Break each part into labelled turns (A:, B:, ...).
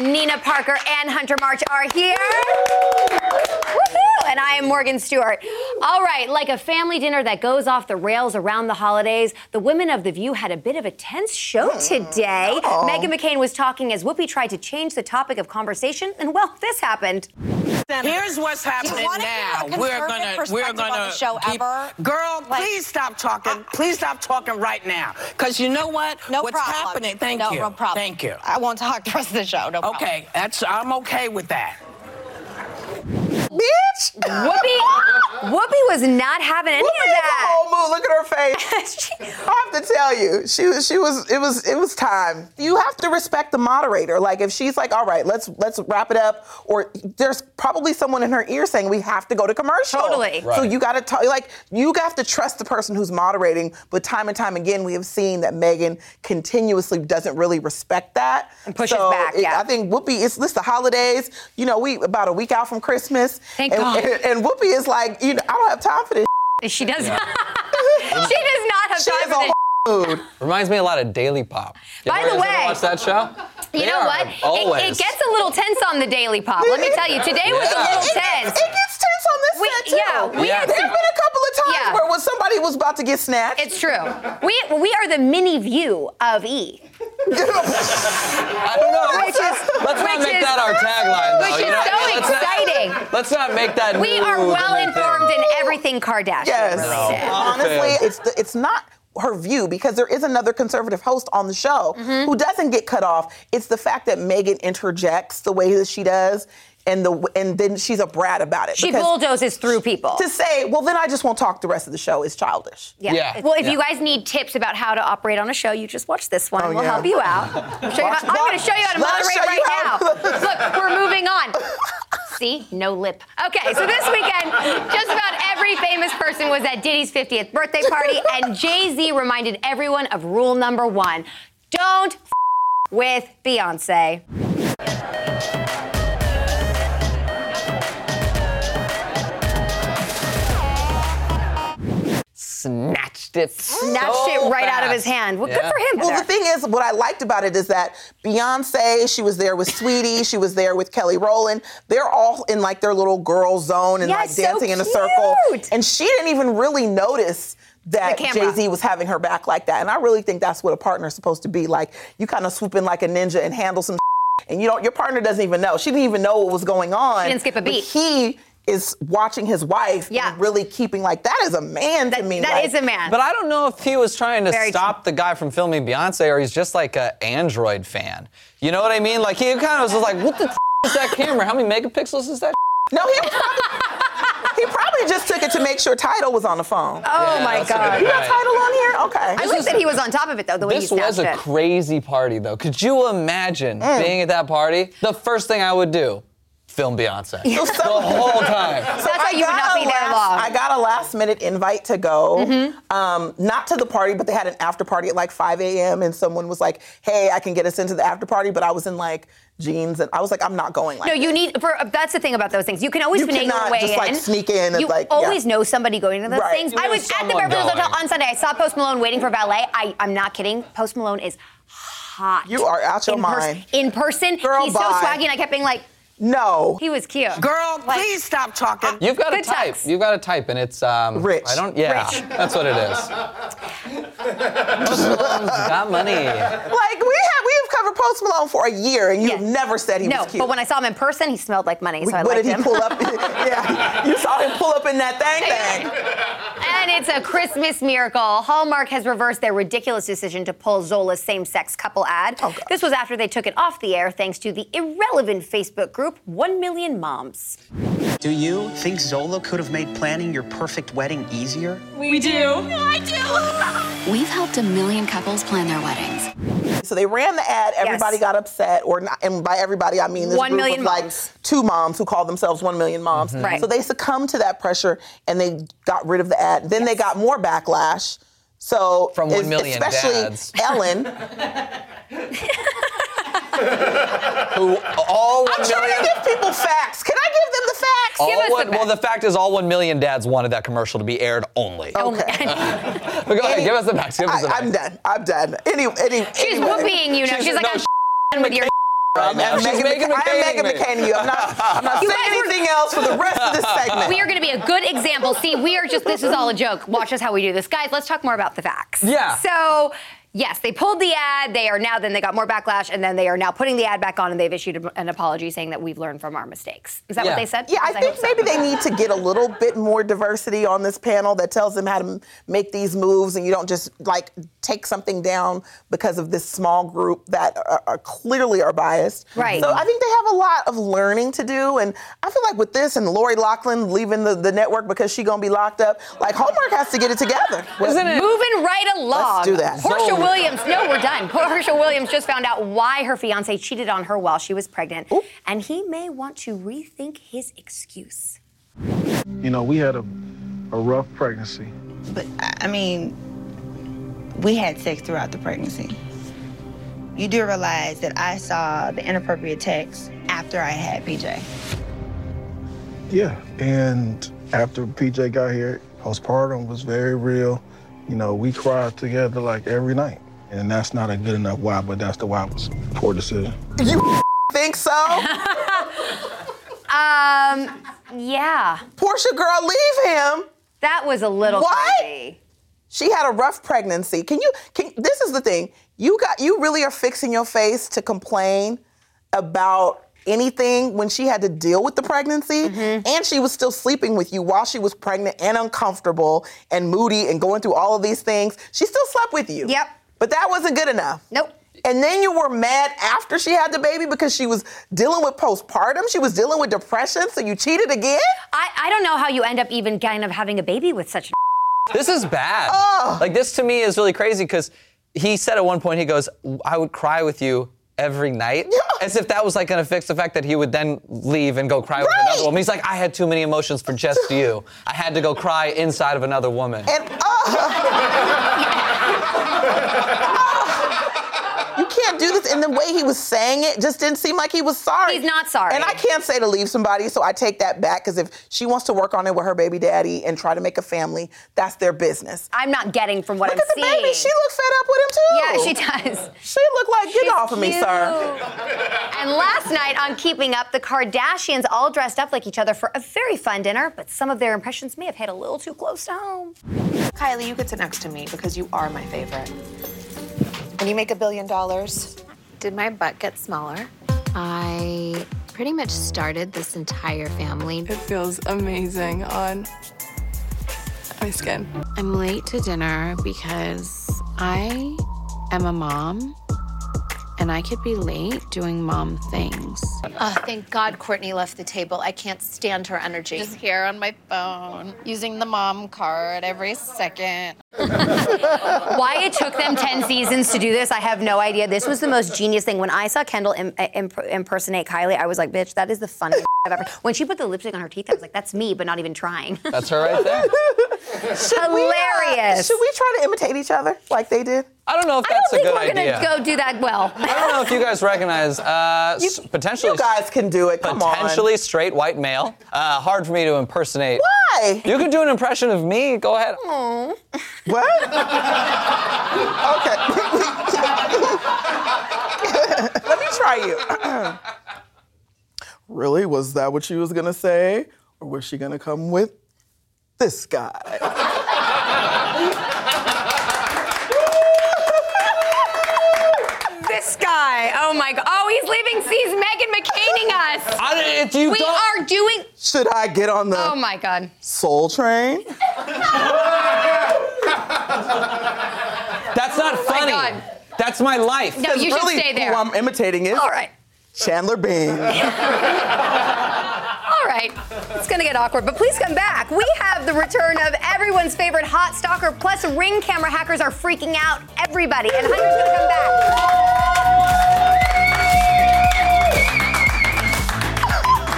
A: Nina Parker and Hunter March are here. Woohoo! And I am Morgan Stewart. All right, like a family dinner that goes off the rails around the holidays, the women of The View had a bit of a tense show
B: Mm,
A: today. Megan McCain was talking as Whoopi tried to change the topic of conversation, and well, this happened.
C: Here's what's happening
D: wanna hear a
C: now. We're
D: conservative
C: gonna we're
D: perspective
C: gonna
D: on the show
C: keep-
D: ever?
C: Girl,
D: Like-
C: please stop talking. Please stop talking right now, because you know what?
D: No
C: what's
D: problem.
C: happening? Thank
D: no,
C: you.
D: No problem.
C: Thank you.
D: I won't talk the rest of the show. No problem.
C: Okay, that's I'm okay with that.
B: Bitch!
A: Whoopi, Whoopi was not having any
B: Look
A: of
B: at the
A: that.
B: whole mood. Look at her face. I have to tell you, she was, she was, it was, it was time. You have to respect the moderator. Like if she's like, all right, let's let's wrap it up, or there's probably someone in her ear saying we have to go to commercial.
A: Totally.
B: So you got to talk. Like you have to trust the person who's moderating. But time and time again, we have seen that Megan continuously doesn't really respect that and
A: pushes back, yeah.
B: I think Whoopi. It's, it's the holidays. You know, we about a week out from Christmas.
A: Thank
B: and,
A: God.
B: And, and Whoopi is like, you know, I don't have time for this.
A: She does not. she does not have
B: She
A: time
B: is
A: for
B: a
A: this.
E: Reminds me a lot of Daily Pop. You
A: By
E: ever
A: the
E: guys ever
A: way-
E: watch that show?
A: You
E: They
A: know
E: are
A: what?
E: Always.
A: It, it gets a little tense on the Daily Pop. Let me tell you, today was a
E: Yeah.
A: little
B: It
A: tense.
B: gets, it gets tense on this
A: We-
B: set too.
A: yeah, we
E: Yeah. had
B: There
E: some-
B: have been a couple of times
A: Yeah.
B: where when somebody was about to get snatched.
A: It's true. We we are the mini view of E.
E: I don't know.
B: Which is-
E: let's not
A: which
E: make
A: is-
E: that our tagline. though,
A: which
E: you
A: is
E: know what I
A: so
E: mean? Let's
A: exciting.
E: Not, let's not make that.
A: We
E: new
A: are
E: the
A: well
E: new
A: informed
E: thing.
A: in everything Kardashian.
B: yes.
A: related.
B: Honestly, it's the, it's not her view because there is another conservative host on the show
A: Mm-hmm.
B: who doesn't get cut off. It's the fact that Megan interjects the way that she does, and the and then she's a brat about it.
A: She
B: because
A: bulldozes through people.
B: to say, well, then I just won't talk the rest of the show is childish.
A: Yeah.
E: Yeah.
A: Well, if
E: Yeah.
A: you guys need tips about how to operate on a show, you just watch this one and
B: Oh,
A: we'll
B: yeah.
A: help you out. I'll show you how- I'm going to show you how to
B: Let us
A: moderate
B: show you
A: right
B: how-
A: now. Look, we're moving on. See, no lip. Okay, so this weekend, just about every famous person was at Diddy's 50th birthday party, and Jay Z reminded everyone of rule number one don't f- with Beyonce.
E: Snatched it.
A: Snatched
E: so
A: it right out of his
E: fast.
A: hand. Well, good
E: Yeah.
A: for him.
B: Well, the
A: Heather.
B: thing is, what I liked about it is that Beyonce, she was there with Sweetie, she was there with Kelly Rowland. They're all in like their little girl zone and
A: Yeah,
B: like
A: so
B: dancing in a circle.
A: cute.
B: And she didn't even really notice that
A: The camera.
B: Jay Z was having her back like that. And I really think that's what a partner's supposed to be like. You kind of swoop in like a ninja and handle some. And you don't. Your partner doesn't even know. She didn't even know what was going on.
A: She didn't skip a
B: But
A: beat.
B: he is watching his wife.
A: Yeah.
B: And really keeping like that is a man to me.
A: That
B: like,
A: is a man.
E: But I don't know if he was trying to
A: Very true.
E: stop the guy from filming Beyonce or he's just like an Android fan. You know what I mean? Like he kind of was just like, what the f- is that camera? How many megapixels is that?
B: No, he was probably, he probably just took it to make sure Title was on the phone.
A: oh my
E: that's a good
A: God.
B: You got Title on here? Okay.
A: I like that he was on top of it though. The way
E: This
A: he snatched
E: was a
A: it. Mm.
E: crazy party, though. Could you imagine being at that party? The first thing I would do, film Beyonce. the whole time.
A: So that's why you would not
B: got a
A: be there
B: last-
A: long. Mm-hmm.
B: I got a last minute invite to go. Um, not to the party, but they had an after party at like 5 a.m. And someone was like, hey, I can get us into the after party. But I was in like jeans and I was like, I'm not going like
A: No, you need. For, that's the thing about those things. You can always
B: You
A: finagle your
B: cannot
A: way
B: just,
A: in.
B: like, sneak in and,
A: you
B: like, yeah.
A: always know somebody going to those
B: Right.
A: things.
B: You
A: I
E: know
A: was at the
E: someone
A: Beverly Hills
E: going.
A: Hotel on Sunday. I saw Post Malone waiting for valet. I, I'm not kidding. Post Malone is hot.
B: You are out your
A: in pers-
B: mind.
A: in person,
B: Girl,
A: he's
B: bye.
A: so swaggy, and I kept being like,
B: No.
A: he was cute.
C: Girl, please stop talking.
E: You've got a
A: Good
E: type.
A: sex.
E: You've got a type, and it's um,
B: Rich.
E: I don't. Yeah,
A: Rich.
E: that's what it is. Post Malone's got money.
B: Like we have we've covered Post Malone for a year and you've
A: Yeah.
B: never said he
A: no,
B: was cute.
A: but when I saw him in person, he smelled like money, so I
B: what
A: liked
B: did he
A: him.
B: pull up? yeah, you saw him pull up in that thing thing.
A: And it's a Christmas miracle. Hallmark has reversed their ridiculous decision to pull Zola's same sex couple ad.
B: Oh, God.
A: this was after they took it off the air thanks to the irrelevant Facebook group 1 Million Moms.
F: Do you think Zola could have made planning your perfect wedding easier?
G: We do. I do.
H: We've helped a million couples plan their weddings.
B: So they ran the ad. Everybody
A: Yes.
B: got upset, or not, and by everybody I mean this
A: One
B: group
A: million
B: of like
A: moms. Mm-hmm.
B: two moms who call themselves one million moms.
A: Right.
B: So they succumbed to that pressure and they got rid of the ad. Then they got more backlash. So
E: From one
B: es-
E: million
B: especially
E: dads.
B: Ellen.
E: Who all one
B: I'm trying to
E: million.
B: give people facts. Can I give them the facts?
E: All
A: us the
E: one, well,
A: facts.
E: the fact is, all one million dads wanted that commercial to be aired only. Oh,
B: Okay.
E: Go ahead, give us the facts. Give us the
B: I,
E: facts.
B: am done. I'm done. Any, any,
A: She's
B: anybody-
A: whooping you know. She's like,
E: no,
A: I'm done with your
E: right now.
B: I'm
E: She's
B: Megan
E: Megan
B: McCain. I am
E: McCain.
B: Megan McCain. You. I'm not. I'm not saying
A: guys are-
B: anything else for the rest of this segment.
A: We are going to be a good example. See, we are just, this is all a joke. Watch us how we do this. Guys, let's talk more about the facts.
E: Yeah.
A: So, yes, they pulled the ad. They are now, then they got more backlash, and then they are now putting the ad back on, and they've issued an apology saying that we've learned from our mistakes. Is that
E: Yeah.
A: what they said?
B: Yeah, I
A: Because
B: think
A: hope so.
B: maybe they need to get a little bit more diversity on this panel that tells them how to m- make these moves, and you don't just like take something down because of this small group that are, are clearly are biased.
A: Right.
B: So I think they have a lot of learning to do, and I feel like with this and Lori Lachlan leaving the, the network because she's gonna be locked up, like Hallmark has to get it together.
E: Isn't it?
A: Moving right along.
B: do that.
A: Portia
E: So-
A: Williams, no, we're done. Portia Williams just found out why her fiance cheated on her while she was pregnant, and he may want to rethink his excuse.
I: You know, we had a, a rough pregnancy.
D: But I I mean, we had sex throughout the pregnancy. You do realize that I saw the inappropriate text after I had PJ.
I: Yeah. And after PJ got here, postpartum was very real. You know, we cried together like every night. And that's not a good enough why, but that's the why it was a poor decision.
B: Think so?
A: Um, yeah,
B: Portia, girl, leave him.
A: that was a little
B: What?
A: crazy.
B: She had a rough pregnancy. Can you can this is the thing. You got you really are fixing your face to complain about anything when she had to deal with the pregnancy
A: Mm-hmm.
B: and she was still sleeping with you while she was pregnant and uncomfortable and moody and going through all of these things. She still slept with you.
A: Yep.
B: But that wasn't good enough.
A: Nope.
B: And then you were mad after she had the baby because she was dealing with postpartum, she was dealing with depression, so you cheated again?
A: I, I don't know how you end up even kind of having a baby with such.
E: This is bad. Like this to me is really crazy because he said at one point he goes, "I would cry with you every night," as if that was like going to fix the fact that he would then leave and go cry with
B: Right.
E: another woman. He's like, "I had too many emotions for just you. I had to go cry inside of another woman."
B: And oh, you can't do this. And the way he was saying it just didn't seem like he was sorry.
A: He's not sorry.
B: And I can't say to leave somebody, so I take that back. Because if she wants to work on it with her baby daddy and try to make a family, that's their business.
A: I'm not getting from what
B: Look
A: I'm
B: at the
A: seeing.
B: baby. She looked fed up with him too.
A: Yeah, she does.
B: She looked like, get
A: She's
B: off of me, sir.
A: cute. And last night on Keeping Up, the Kardashians all dressed up like each other for a very fun dinner, but some of their impressions may have hit a little too close to home.
J: Kylie, you get sit next to me because you are my favorite. When you make a billion dollars, did my butt get smaller?
H: I pretty much started this entire family.
G: It feels amazing on my skin.
H: I'm late to dinner because I am a mom and I could be late doing mom things.
J: Oh, thank God Courtney left the table. I can't stand her energy.
D: Just here on my phone, using the mom card every second.
A: Why it took them 10 seasons to do this, I have no idea. This was the most genius thing. When I saw Kendall im- uh, imp- impersonate Kylie, I was like, bitch, that is the funniest I've ever. When she put the lipstick on her teeth, I was like, that's me, but not even trying.
E: That's uh, her right there.
A: Hilarious.
B: Should we try to imitate each other like they did?
E: I don't know if
A: I don't
E: that's
A: think
E: a good
A: we're
E: idea.
A: gonna go do that well.
E: I don't know if you guys recognize uh, s- potentially
B: You guys can do it. Come on.
E: potentially straight white male. Uh, hard for me to impersonate.
B: Why?
E: You could do an impression of me. Go ahead.
B: What? okay. Let me try you. really? Was that what she was gonna say? Or was she gonna come with this guy?
A: this guy. Oh my god. Oh, he's leaving. He's Megan McCaining us.
E: I, if you
A: We
E: don't,
A: are doing.
B: Should I get on the
A: Oh my god.
B: soul train?
E: that's not funny.
A: Oh God.
E: That's my life.
A: No, you should
B: really,
A: stay there.
B: Who I'm imitating is
A: All right.
B: Chandler Bing.
A: All right. It's going to get awkward, but please come back. We have the return of everyone's favorite hot stalker, plus ring camera hackers are freaking out everybody, and Hunter's going to come back.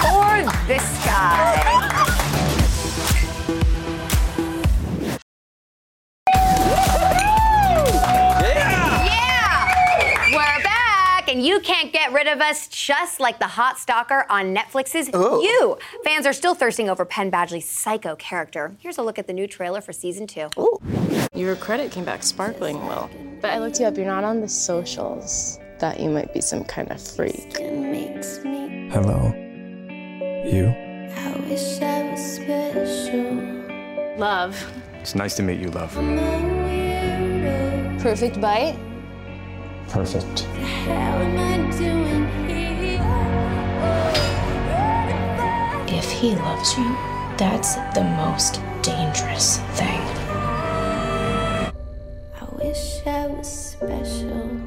A: Or this guy.
E: Yeah.
A: Yeah! We're back, and you can't get rid of us just like the hot stalker on Netflix's You. Fans are still thirsting over Penn Badgley's psycho character. Here's a look at the new trailer for season two.
G: Your credit came back sparkling, Will.
K: But I looked you up. You're not on the socials. that you might be some kind of freak.
L: Hello. You.
M: I wish I was special.
N: Love.
L: It's nice to meet you, love.
N: Perfect bite.
L: Perfect.
M: How am I doing
O: If he loves you, that's the most dangerous thing.
M: I wish I was special.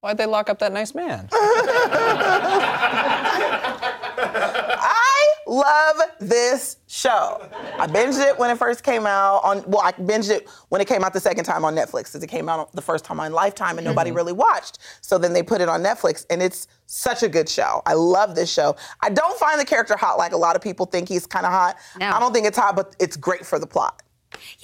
E: Why'd they lock up that nice man?
B: I love this show. I binged it when it first came out on. Well, I binged it when it came out the second time on Netflix because it came out the first time on Lifetime
A: Mm-hmm.
B: and nobody really watched. So then they put it on Netflix, and it's such a good show. I love this show. I don't find the character hot like a lot of people think he's kind of hot. I don't think it's hot, but it's great for the plot.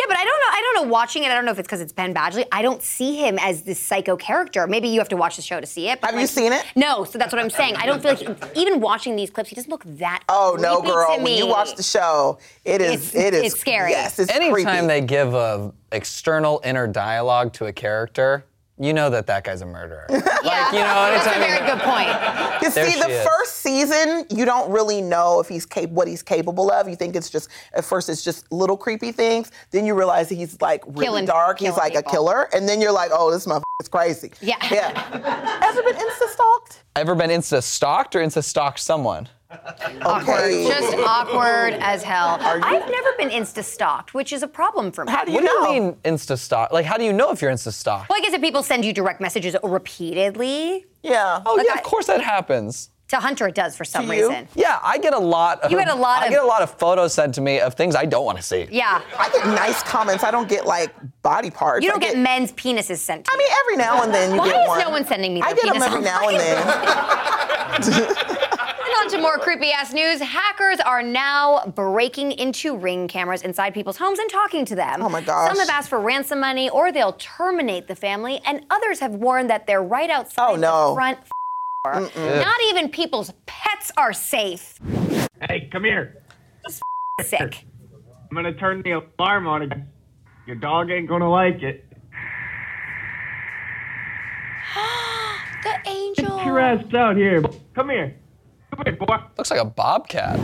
A: Yeah, but I don't know. I don't know. Watching it, I don't know if it's because it's Ben Badgley. I don't see him as this psycho character. Maybe you have to watch the show to see it. But
B: Have you seen it?
A: No. So that's what I'm saying. I don't feel like even watching these clips, he doesn't look that.
B: Oh no,
A: creepy
B: girl!
A: To
B: When you
A: me.
B: watch the show, it is.
A: It's-
B: it is.
A: it's scary.
B: Yes, it's
E: Anytime
B: creepy.
E: they give a external inner dialogue to a character, you know that that guy's a murderer. like you know,
A: that's a very
E: anytime.
A: good point.
B: You
E: There
B: see,
E: she
B: the
E: is.
B: first season, you don't really know if he's cap- what he's capable of. You think it's just at first it's just little creepy things. Then you realize he's like really
A: Killing-
B: dark. He's
A: killing
B: like
A: people.
B: a killer, and then you're like, oh, this motherfucker is crazy.
A: Yeah.
B: Yeah. Ever been insta stalked?
E: Ever been insta stalked or insta stalked someone?
B: Okay.
A: Just awkward as hell. I've never been insta stalked, which is a problem for me. How
E: what do you mean insta stalked? Like, how do you know if you're insta stalked?
A: Well, I guess if people send you direct messages repeatedly.
B: Yeah.
E: Oh yeah, of course that happens.
A: To Hunter, it does for some
E: To you?
A: reason.
E: Yeah, I get a lot. Of,
A: You get a lot
E: I
A: of-
E: get a lot of photos sent to me of things I don't want to see.
A: Yeah.
B: I get nice comments. I don't get like body parts.
A: You don't
B: I
A: get, men's penises sent to
B: I mean, every now and then you
A: Why
B: get
A: is
B: one.
A: no one sending me
B: I
A: their
B: get them
A: penis
B: every now and then.
A: And on to more creepy ass news. Hackers are now breaking into ring cameras inside people's homes and talking to them. Oh my
B: gosh.
A: Some have asked for ransom money or they'll terminate the family, and others have warned that they're right outside the
B: Oh, no.
A: front door.
B: Mm-mm.
A: Not even people's pets are safe.
P: Hey, come here.
A: Sick.
P: I'm gonna turn the alarm on again. Your dog ain't gonna like it.
A: the angel.
P: Your ass out here. Come here. Come here, boy.
E: Looks like a bobcat.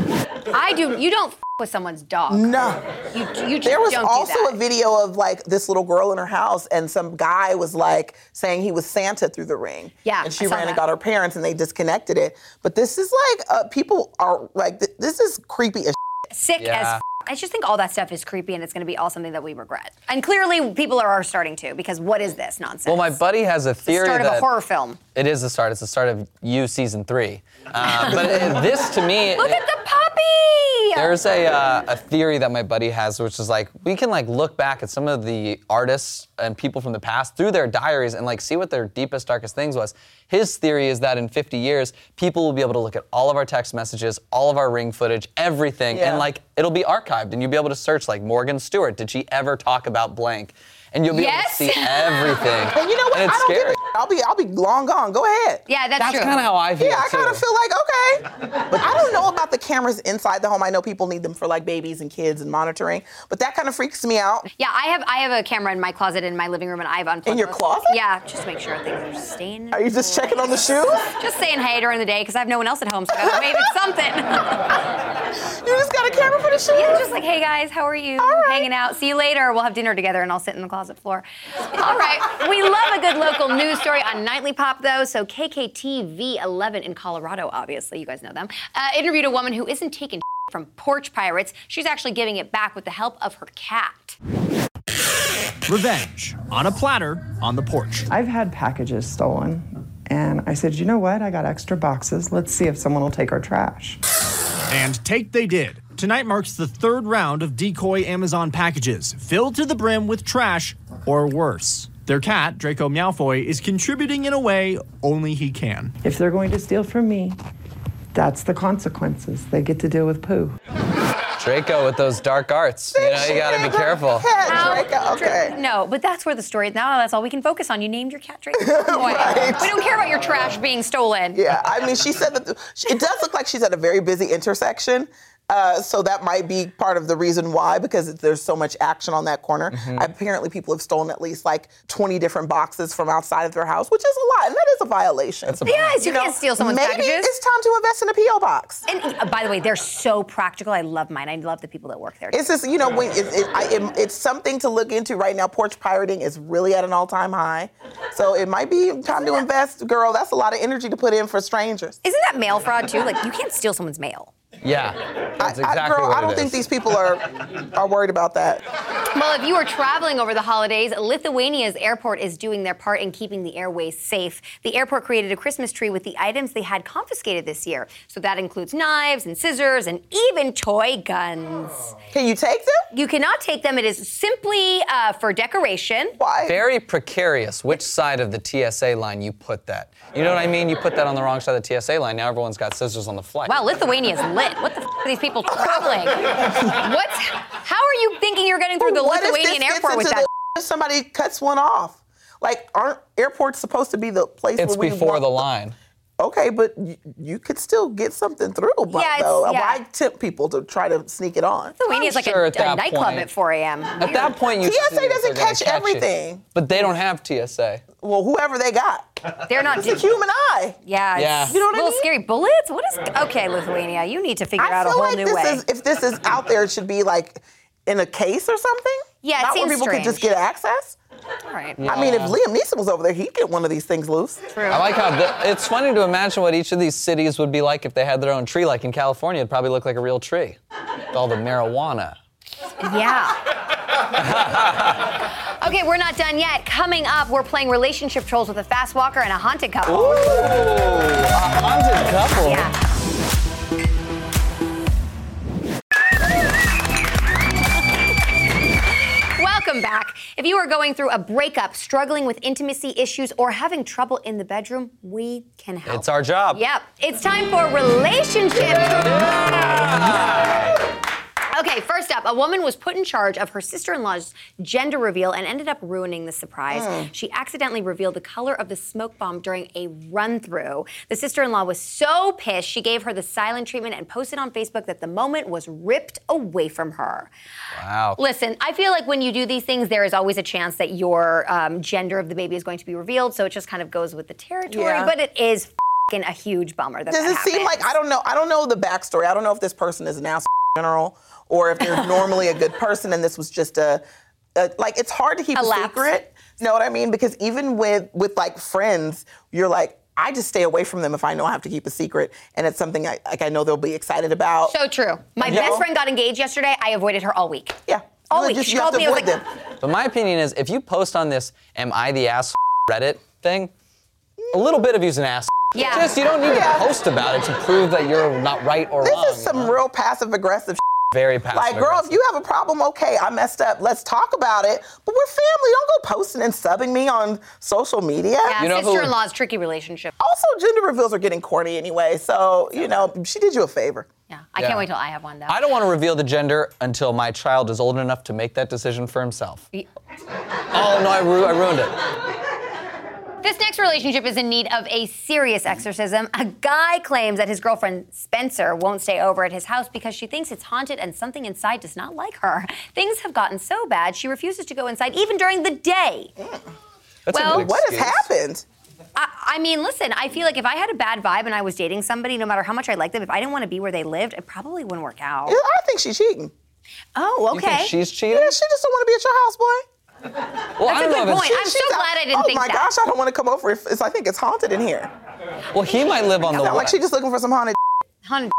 A: I do. You don't f- with someone's dog.
B: No.
A: You, you just
B: there was
A: don't
B: also
A: do that.
B: a video of like this little girl in her house, and some guy was like saying he was Santa through the ring.
A: Yeah,
B: and
A: I
B: she
A: saw
B: ran and
A: that.
B: got her parents, and they disconnected it. But this is like uh, people are like th- this is creepy as.
A: sick as
B: Yeah.
A: f- I just think all that stuff is creepy and it's going to be all something that we regret. And clearly people are, are starting to because what is this nonsense?
E: Well, my buddy has a theory
A: Start of
E: that
A: a horror film.
E: it is the start. It's the start of you season three. Uh, but it- this to me,
A: Look at the puppy.
E: There's a, uh, a theory that my buddy has, which is like we can like look back at some of the artists and people from the past through their diaries and like see what their deepest, darkest things was. His theory is that in 50 years, people will be able to look at all of our text messages, all of our ring footage, everything, and
Q: Yeah.
E: like it'll be archived, and you'll be able to search like Morgan Stewart. Did she ever talk about blank? And you'll be
B: Yes.
E: able to see everything.
B: And you know what?
E: And it's
B: I don't give a
E: scary.
B: shit. I'll be I'll be long gone. Go ahead.
A: Yeah,
E: That's true. kinda how I feel,
B: Yeah, I kind of
E: too.
B: feel like okay, but I don't know about the cameras inside the home. I know people need them for like babies and kids and monitoring, but that kind of freaks me out.
A: Yeah, I have I have a camera in my closet in my living room and I've unplugged
B: In your
A: most-
B: closet?
A: Yeah, just to make sure things are staying.
B: Are you just checking on the shoes?
A: Just saying hey during the day because I have no one else at home, so I gotta wave at something.
B: you just got a camera for the shoes?
A: Yeah, just like, hey guys, how are you? Hanging out. See you later. We'll have dinner together and I'll sit in the closet floor. All right. We love a good local news story on Nightly Pop, though. So KKTV 11 in Colorado, obviously, you guys know them, uh, interviewed a woman who isn't taking from porch pirates. She's actually giving it back with the help of her cat.
R: Revenge on a platter on the porch.
S: I've had packages stolen, and I said, you know what? I got extra boxes. Let's see if someone will take our trash.
R: And take they did. Tonight marks the third round of decoy Amazon packages filled to the brim with trash or worse. Their cat, Draco Malfoy, is contributing in a way only he can.
S: If they're going to steal from me, that's the consequences. They get to deal with poo.
E: Draco with those dark arts. You know, you gotta be careful.
A: How- Dra- No, but that's where the story is. Now that's all we can focus on. You named your cat Draco. Malfoy. We don't care about your trash being stolen.
B: Yeah, I mean, she said that the, she- it does look like she's at a very busy intersection. Uh, so that might be part of the reason why, because there's so much action on that corner.
E: Mhm.
B: Apparently, people have stolen at least like 20 different boxes from outside of their house, which is a lot, and that is a violation.
E: That's a
A: Yes, you, can't steal someone's
B: maybe
A: packages.
B: it's time to invest in a PO box.
A: And uh, by the way, they're so practical. I love mine. I love the people that work there.
B: It's just you know when it, it, I, it, it's something to look into right now. Porch pirating is really at an all-time high, so it might be time to invest, girl. That's a lot of energy to put in for strangers.
A: Isn't that mail fraud too? Like you can't steal someone's mail.
E: Yeah, that's exactly
B: I, girl,
E: what
B: I don't
E: it
B: think
E: is.
B: these people are are worried about that.
A: Well, if you are traveling over the holidays, Lithuania's airport is doing their part in keeping the airways safe. The airport created a Christmas tree with the items they had confiscated this year. So that includes knives and scissors and even toy guns.
B: Can you take them?
A: You cannot take them. It is simply uh, for decoration.
B: Why?
E: Very precarious which side of the TSA line you put that. You know what I mean? You put that on the wrong side of the TSA line. Now everyone's got scissors on the flight.
A: Wow, Lithuania's lit. What the f- are these people traveling? What's? How are you thinking you're getting through the
B: What if this
A: Lithuanian
B: gets
A: airport with
B: into
A: that?
B: the- somebody cuts one off? Like, aren't airports supposed to be the place
E: It's
B: where we
E: before
B: want-
E: the line.
B: Okay, but you, you could still get something through, but
A: Yeah, it's-
B: though,
A: yeah.
B: why tempt people to try to sneak it on?
A: Lithuania's like
E: sure
A: a,
E: at that
A: a nightclub
E: point-
A: at 4 a.m.
E: At that point, you
B: TSA
E: see if
B: doesn't
E: they're gonna
B: catch
E: you.
B: everything.
E: But they don't have TSA.
B: Well, whoever they got,
A: They're not.
B: it's a human eye.
A: Yeah,
E: Yeah.
A: It's
E: You know
A: a
E: what I
A: little scary. Bullets? What is? Okay, Lithuania, you need to figure out a whole
B: like
A: new
B: this
A: way.
B: is if this is out there, it should be like in a case or something.
A: Yeah, it
B: not where
A: seems
B: people could just
A: strange.
B: get access.
A: All right.
B: I mean, if
E: Yeah.
B: Liam Neeson was over there, he'd get one of these things loose.
A: True.
E: I like how the, it's funny to imagine what each of these cities would be like if they had their own tree. Like in California, it'd probably look like a real tree with all the marijuana.
A: Yeah. okay, we're not done yet. Coming up, we're playing relationship trolls with a fast walker and a haunted couple.
E: haunted Uh, couple.
A: Yeah. Welcome back. If you are going through a breakup, struggling with intimacy issues, or having trouble in the bedroom, we can help.
E: It's our job.
A: Yep. It's time for relationship. Okay, first up, a woman was put in charge of her sister in law's gender reveal and ended up ruining the surprise.
N: Mm.
A: She accidentally revealed the color of the smoke bomb during a run through. The sister in law was so pissed, she gave her the silent treatment and posted on Facebook that the moment was ripped away from her.
E: Wow.
A: Listen, I feel like when you do these things, there is always a chance that your um, gender of the baby is going to be revealed, so it just kind of goes with the territory,
B: Yeah.
A: but it is fing a huge bummer that
B: Does
A: that
B: it seem
A: happened.
B: like I don't know? I don't know the backstory. I don't know if this person is an ass general or if they're normally a good person and this was just a, a like it's hard to keep
A: A
B: a,
A: lapse.
B: secret. Know what I mean? Because even with with like friends, you're like. I just stay away from them if I know I have to keep a secret, and it's something I, like I know they'll be excited about.
A: So true. My
B: Yeah.
A: best friend got engaged yesterday. I avoided her all week.
B: yeah,
A: All
B: You
A: week.
B: just-
A: Oh, She
B: you have
A: called
B: to
A: me. I was
B: avoid
A: like,
B: them.
E: But my opinion is if you post on this, am I the ass Reddit thing, a little bit of you's an ass.
A: Yeah.
E: Just you don't need
B: Yeah.
E: to post about it to prove that you're not right or wrong.
B: This is some real passive aggressive.
E: Very passive.
B: Like, girl, if you have a problem, okay, I messed up. Let's talk about it. But we're family. Don't go posting and subbing me on social media.
A: Yeah, sister-in-law's tricky relationship.
B: Also, gender reveals are getting corny anyway. So, you know, she did you a favor.
A: Yeah, I
E: Yeah.
A: can't wait till I have one though.
E: I don't want to reveal the gender until my child is old enough to make that decision for himself. Oh no, I, ru- I ruined it.
A: This next relationship is in need of a serious exorcism. A guy claims that his girlfriend Spencer won't stay over at his house because she thinks it's haunted and something inside does not like her. Things have gotten so bad she refuses to go inside even during the day.
B: That's
A: a Well- good
B: what has
A: excuse.
B: happened?
A: I, I mean, listen, I feel like if I had a bad vibe and I was dating somebody, no matter how much I liked them, if I didn't want to be where they lived, it probably wouldn't work out.
B: Yeah, I think she's cheating.
A: Oh,
E: You
A: okay.
E: think she's cheating?
B: Yeah, she just don't want to be at your house, boy.
E: Well, I
A: That's a
E: don't know
A: good
E: if it's-
A: point. I'm so glad I didn't
B: oh
A: think
B: my
A: that.
B: gosh, I don't want to come over. If it's, I think it's haunted in here.
E: Well, he might live
A: Oh,
E: on the.
B: Sound like
E: west.
B: she's just looking for some haunted.
A: Hun-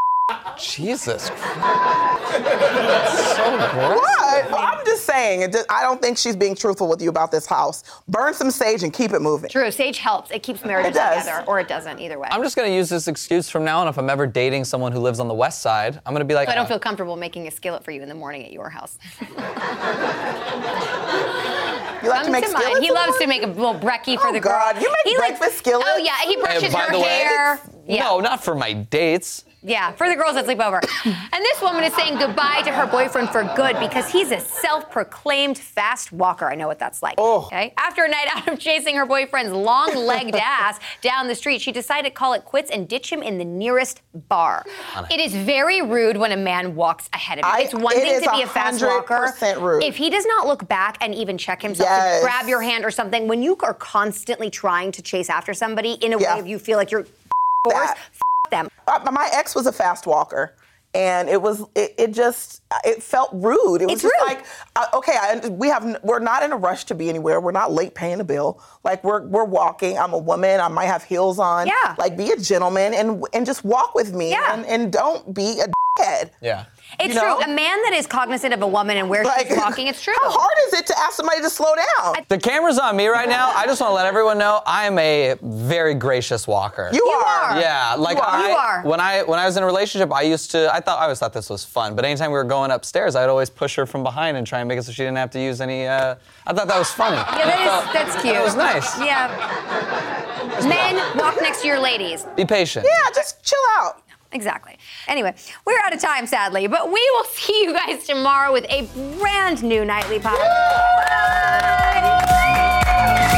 E: Jesus. Christ. so gross.
B: What? Well, I'm just saying. It just, I don't think she's being truthful with you about this house. Burn some sage and keep it moving.
A: True, sage helps. It keeps marriages
B: It does.
A: together, or it doesn't, either way.
E: I'm just gonna use this excuse from now on. If I'm ever dating someone who lives on the west side, I'm gonna be like,
A: So I don't feel comfortable making a skillet for you in the morning at your house.
B: You like
A: Comes
B: to make
A: to mind.
B: skillets?
A: He loves to make a little brekkie for
B: Oh,
A: the girl.
B: God, you make
A: he
B: breakfast skillets?
A: Oh yeah, he
E: Hey,
A: brushes
E: by
A: her
E: the way,
A: hair. yeah.
E: No, not for my dates.
A: Yeah, for the girls that sleep over. and this woman is saying goodbye to her boyfriend for good because he's a self-proclaimed fast walker. I know what that's like. Oh. Okay. After a night out of chasing her boyfriend's long-legged ass down the street, she decided to call it quits and ditch him in the nearest bar. It is very rude when a man walks ahead of you.
B: I-
A: it's one
B: it
A: thing
B: is
A: to be a fast walker.
B: 100% rude.
A: If he does not look back and even check himself, to
B: Yes.
A: grab your hand or something, when you are constantly trying to chase after somebody in a way of you feel like you're forced, f- them.
B: Uh, my ex was a fast walker. And it was, it, it just, it felt rude. It was
A: It's
B: just
A: rude.
B: like, uh, okay, I, we have, n- we're not in a rush to be anywhere. We're not late paying a bill. Like we're, we're walking. I'm a woman. I might have heels on.
A: Yeah.
B: Like be a gentleman and and just walk with me.
A: Yeah.
B: And, and don't be a head.
E: Yeah.
A: It's
B: You know?
A: true. A man that is cognizant of a woman and where she's walking, it's true.
B: How hard is it to ask somebody to slow down?
E: The camera's on me right now. I just want to let everyone know I am a very gracious walker.
B: You are.
E: Yeah, like
B: You are.
E: I
B: You are.
E: when I when I was in a relationship, I used to I thought I always thought this was fun, but anytime we were going upstairs, I'd always push her from behind and try and make it so she didn't have to use any. Uh, I thought that was funny.
A: Yeah, that is, that's cute.
E: That was nice.
A: Yeah. Men, walk next to your ladies.
E: Be patient.
B: Yeah, just chill out.
A: Exactly. Anyway, we're out of time, sadly, but we will see you guys tomorrow with a brand new Nightly Pop. Bye.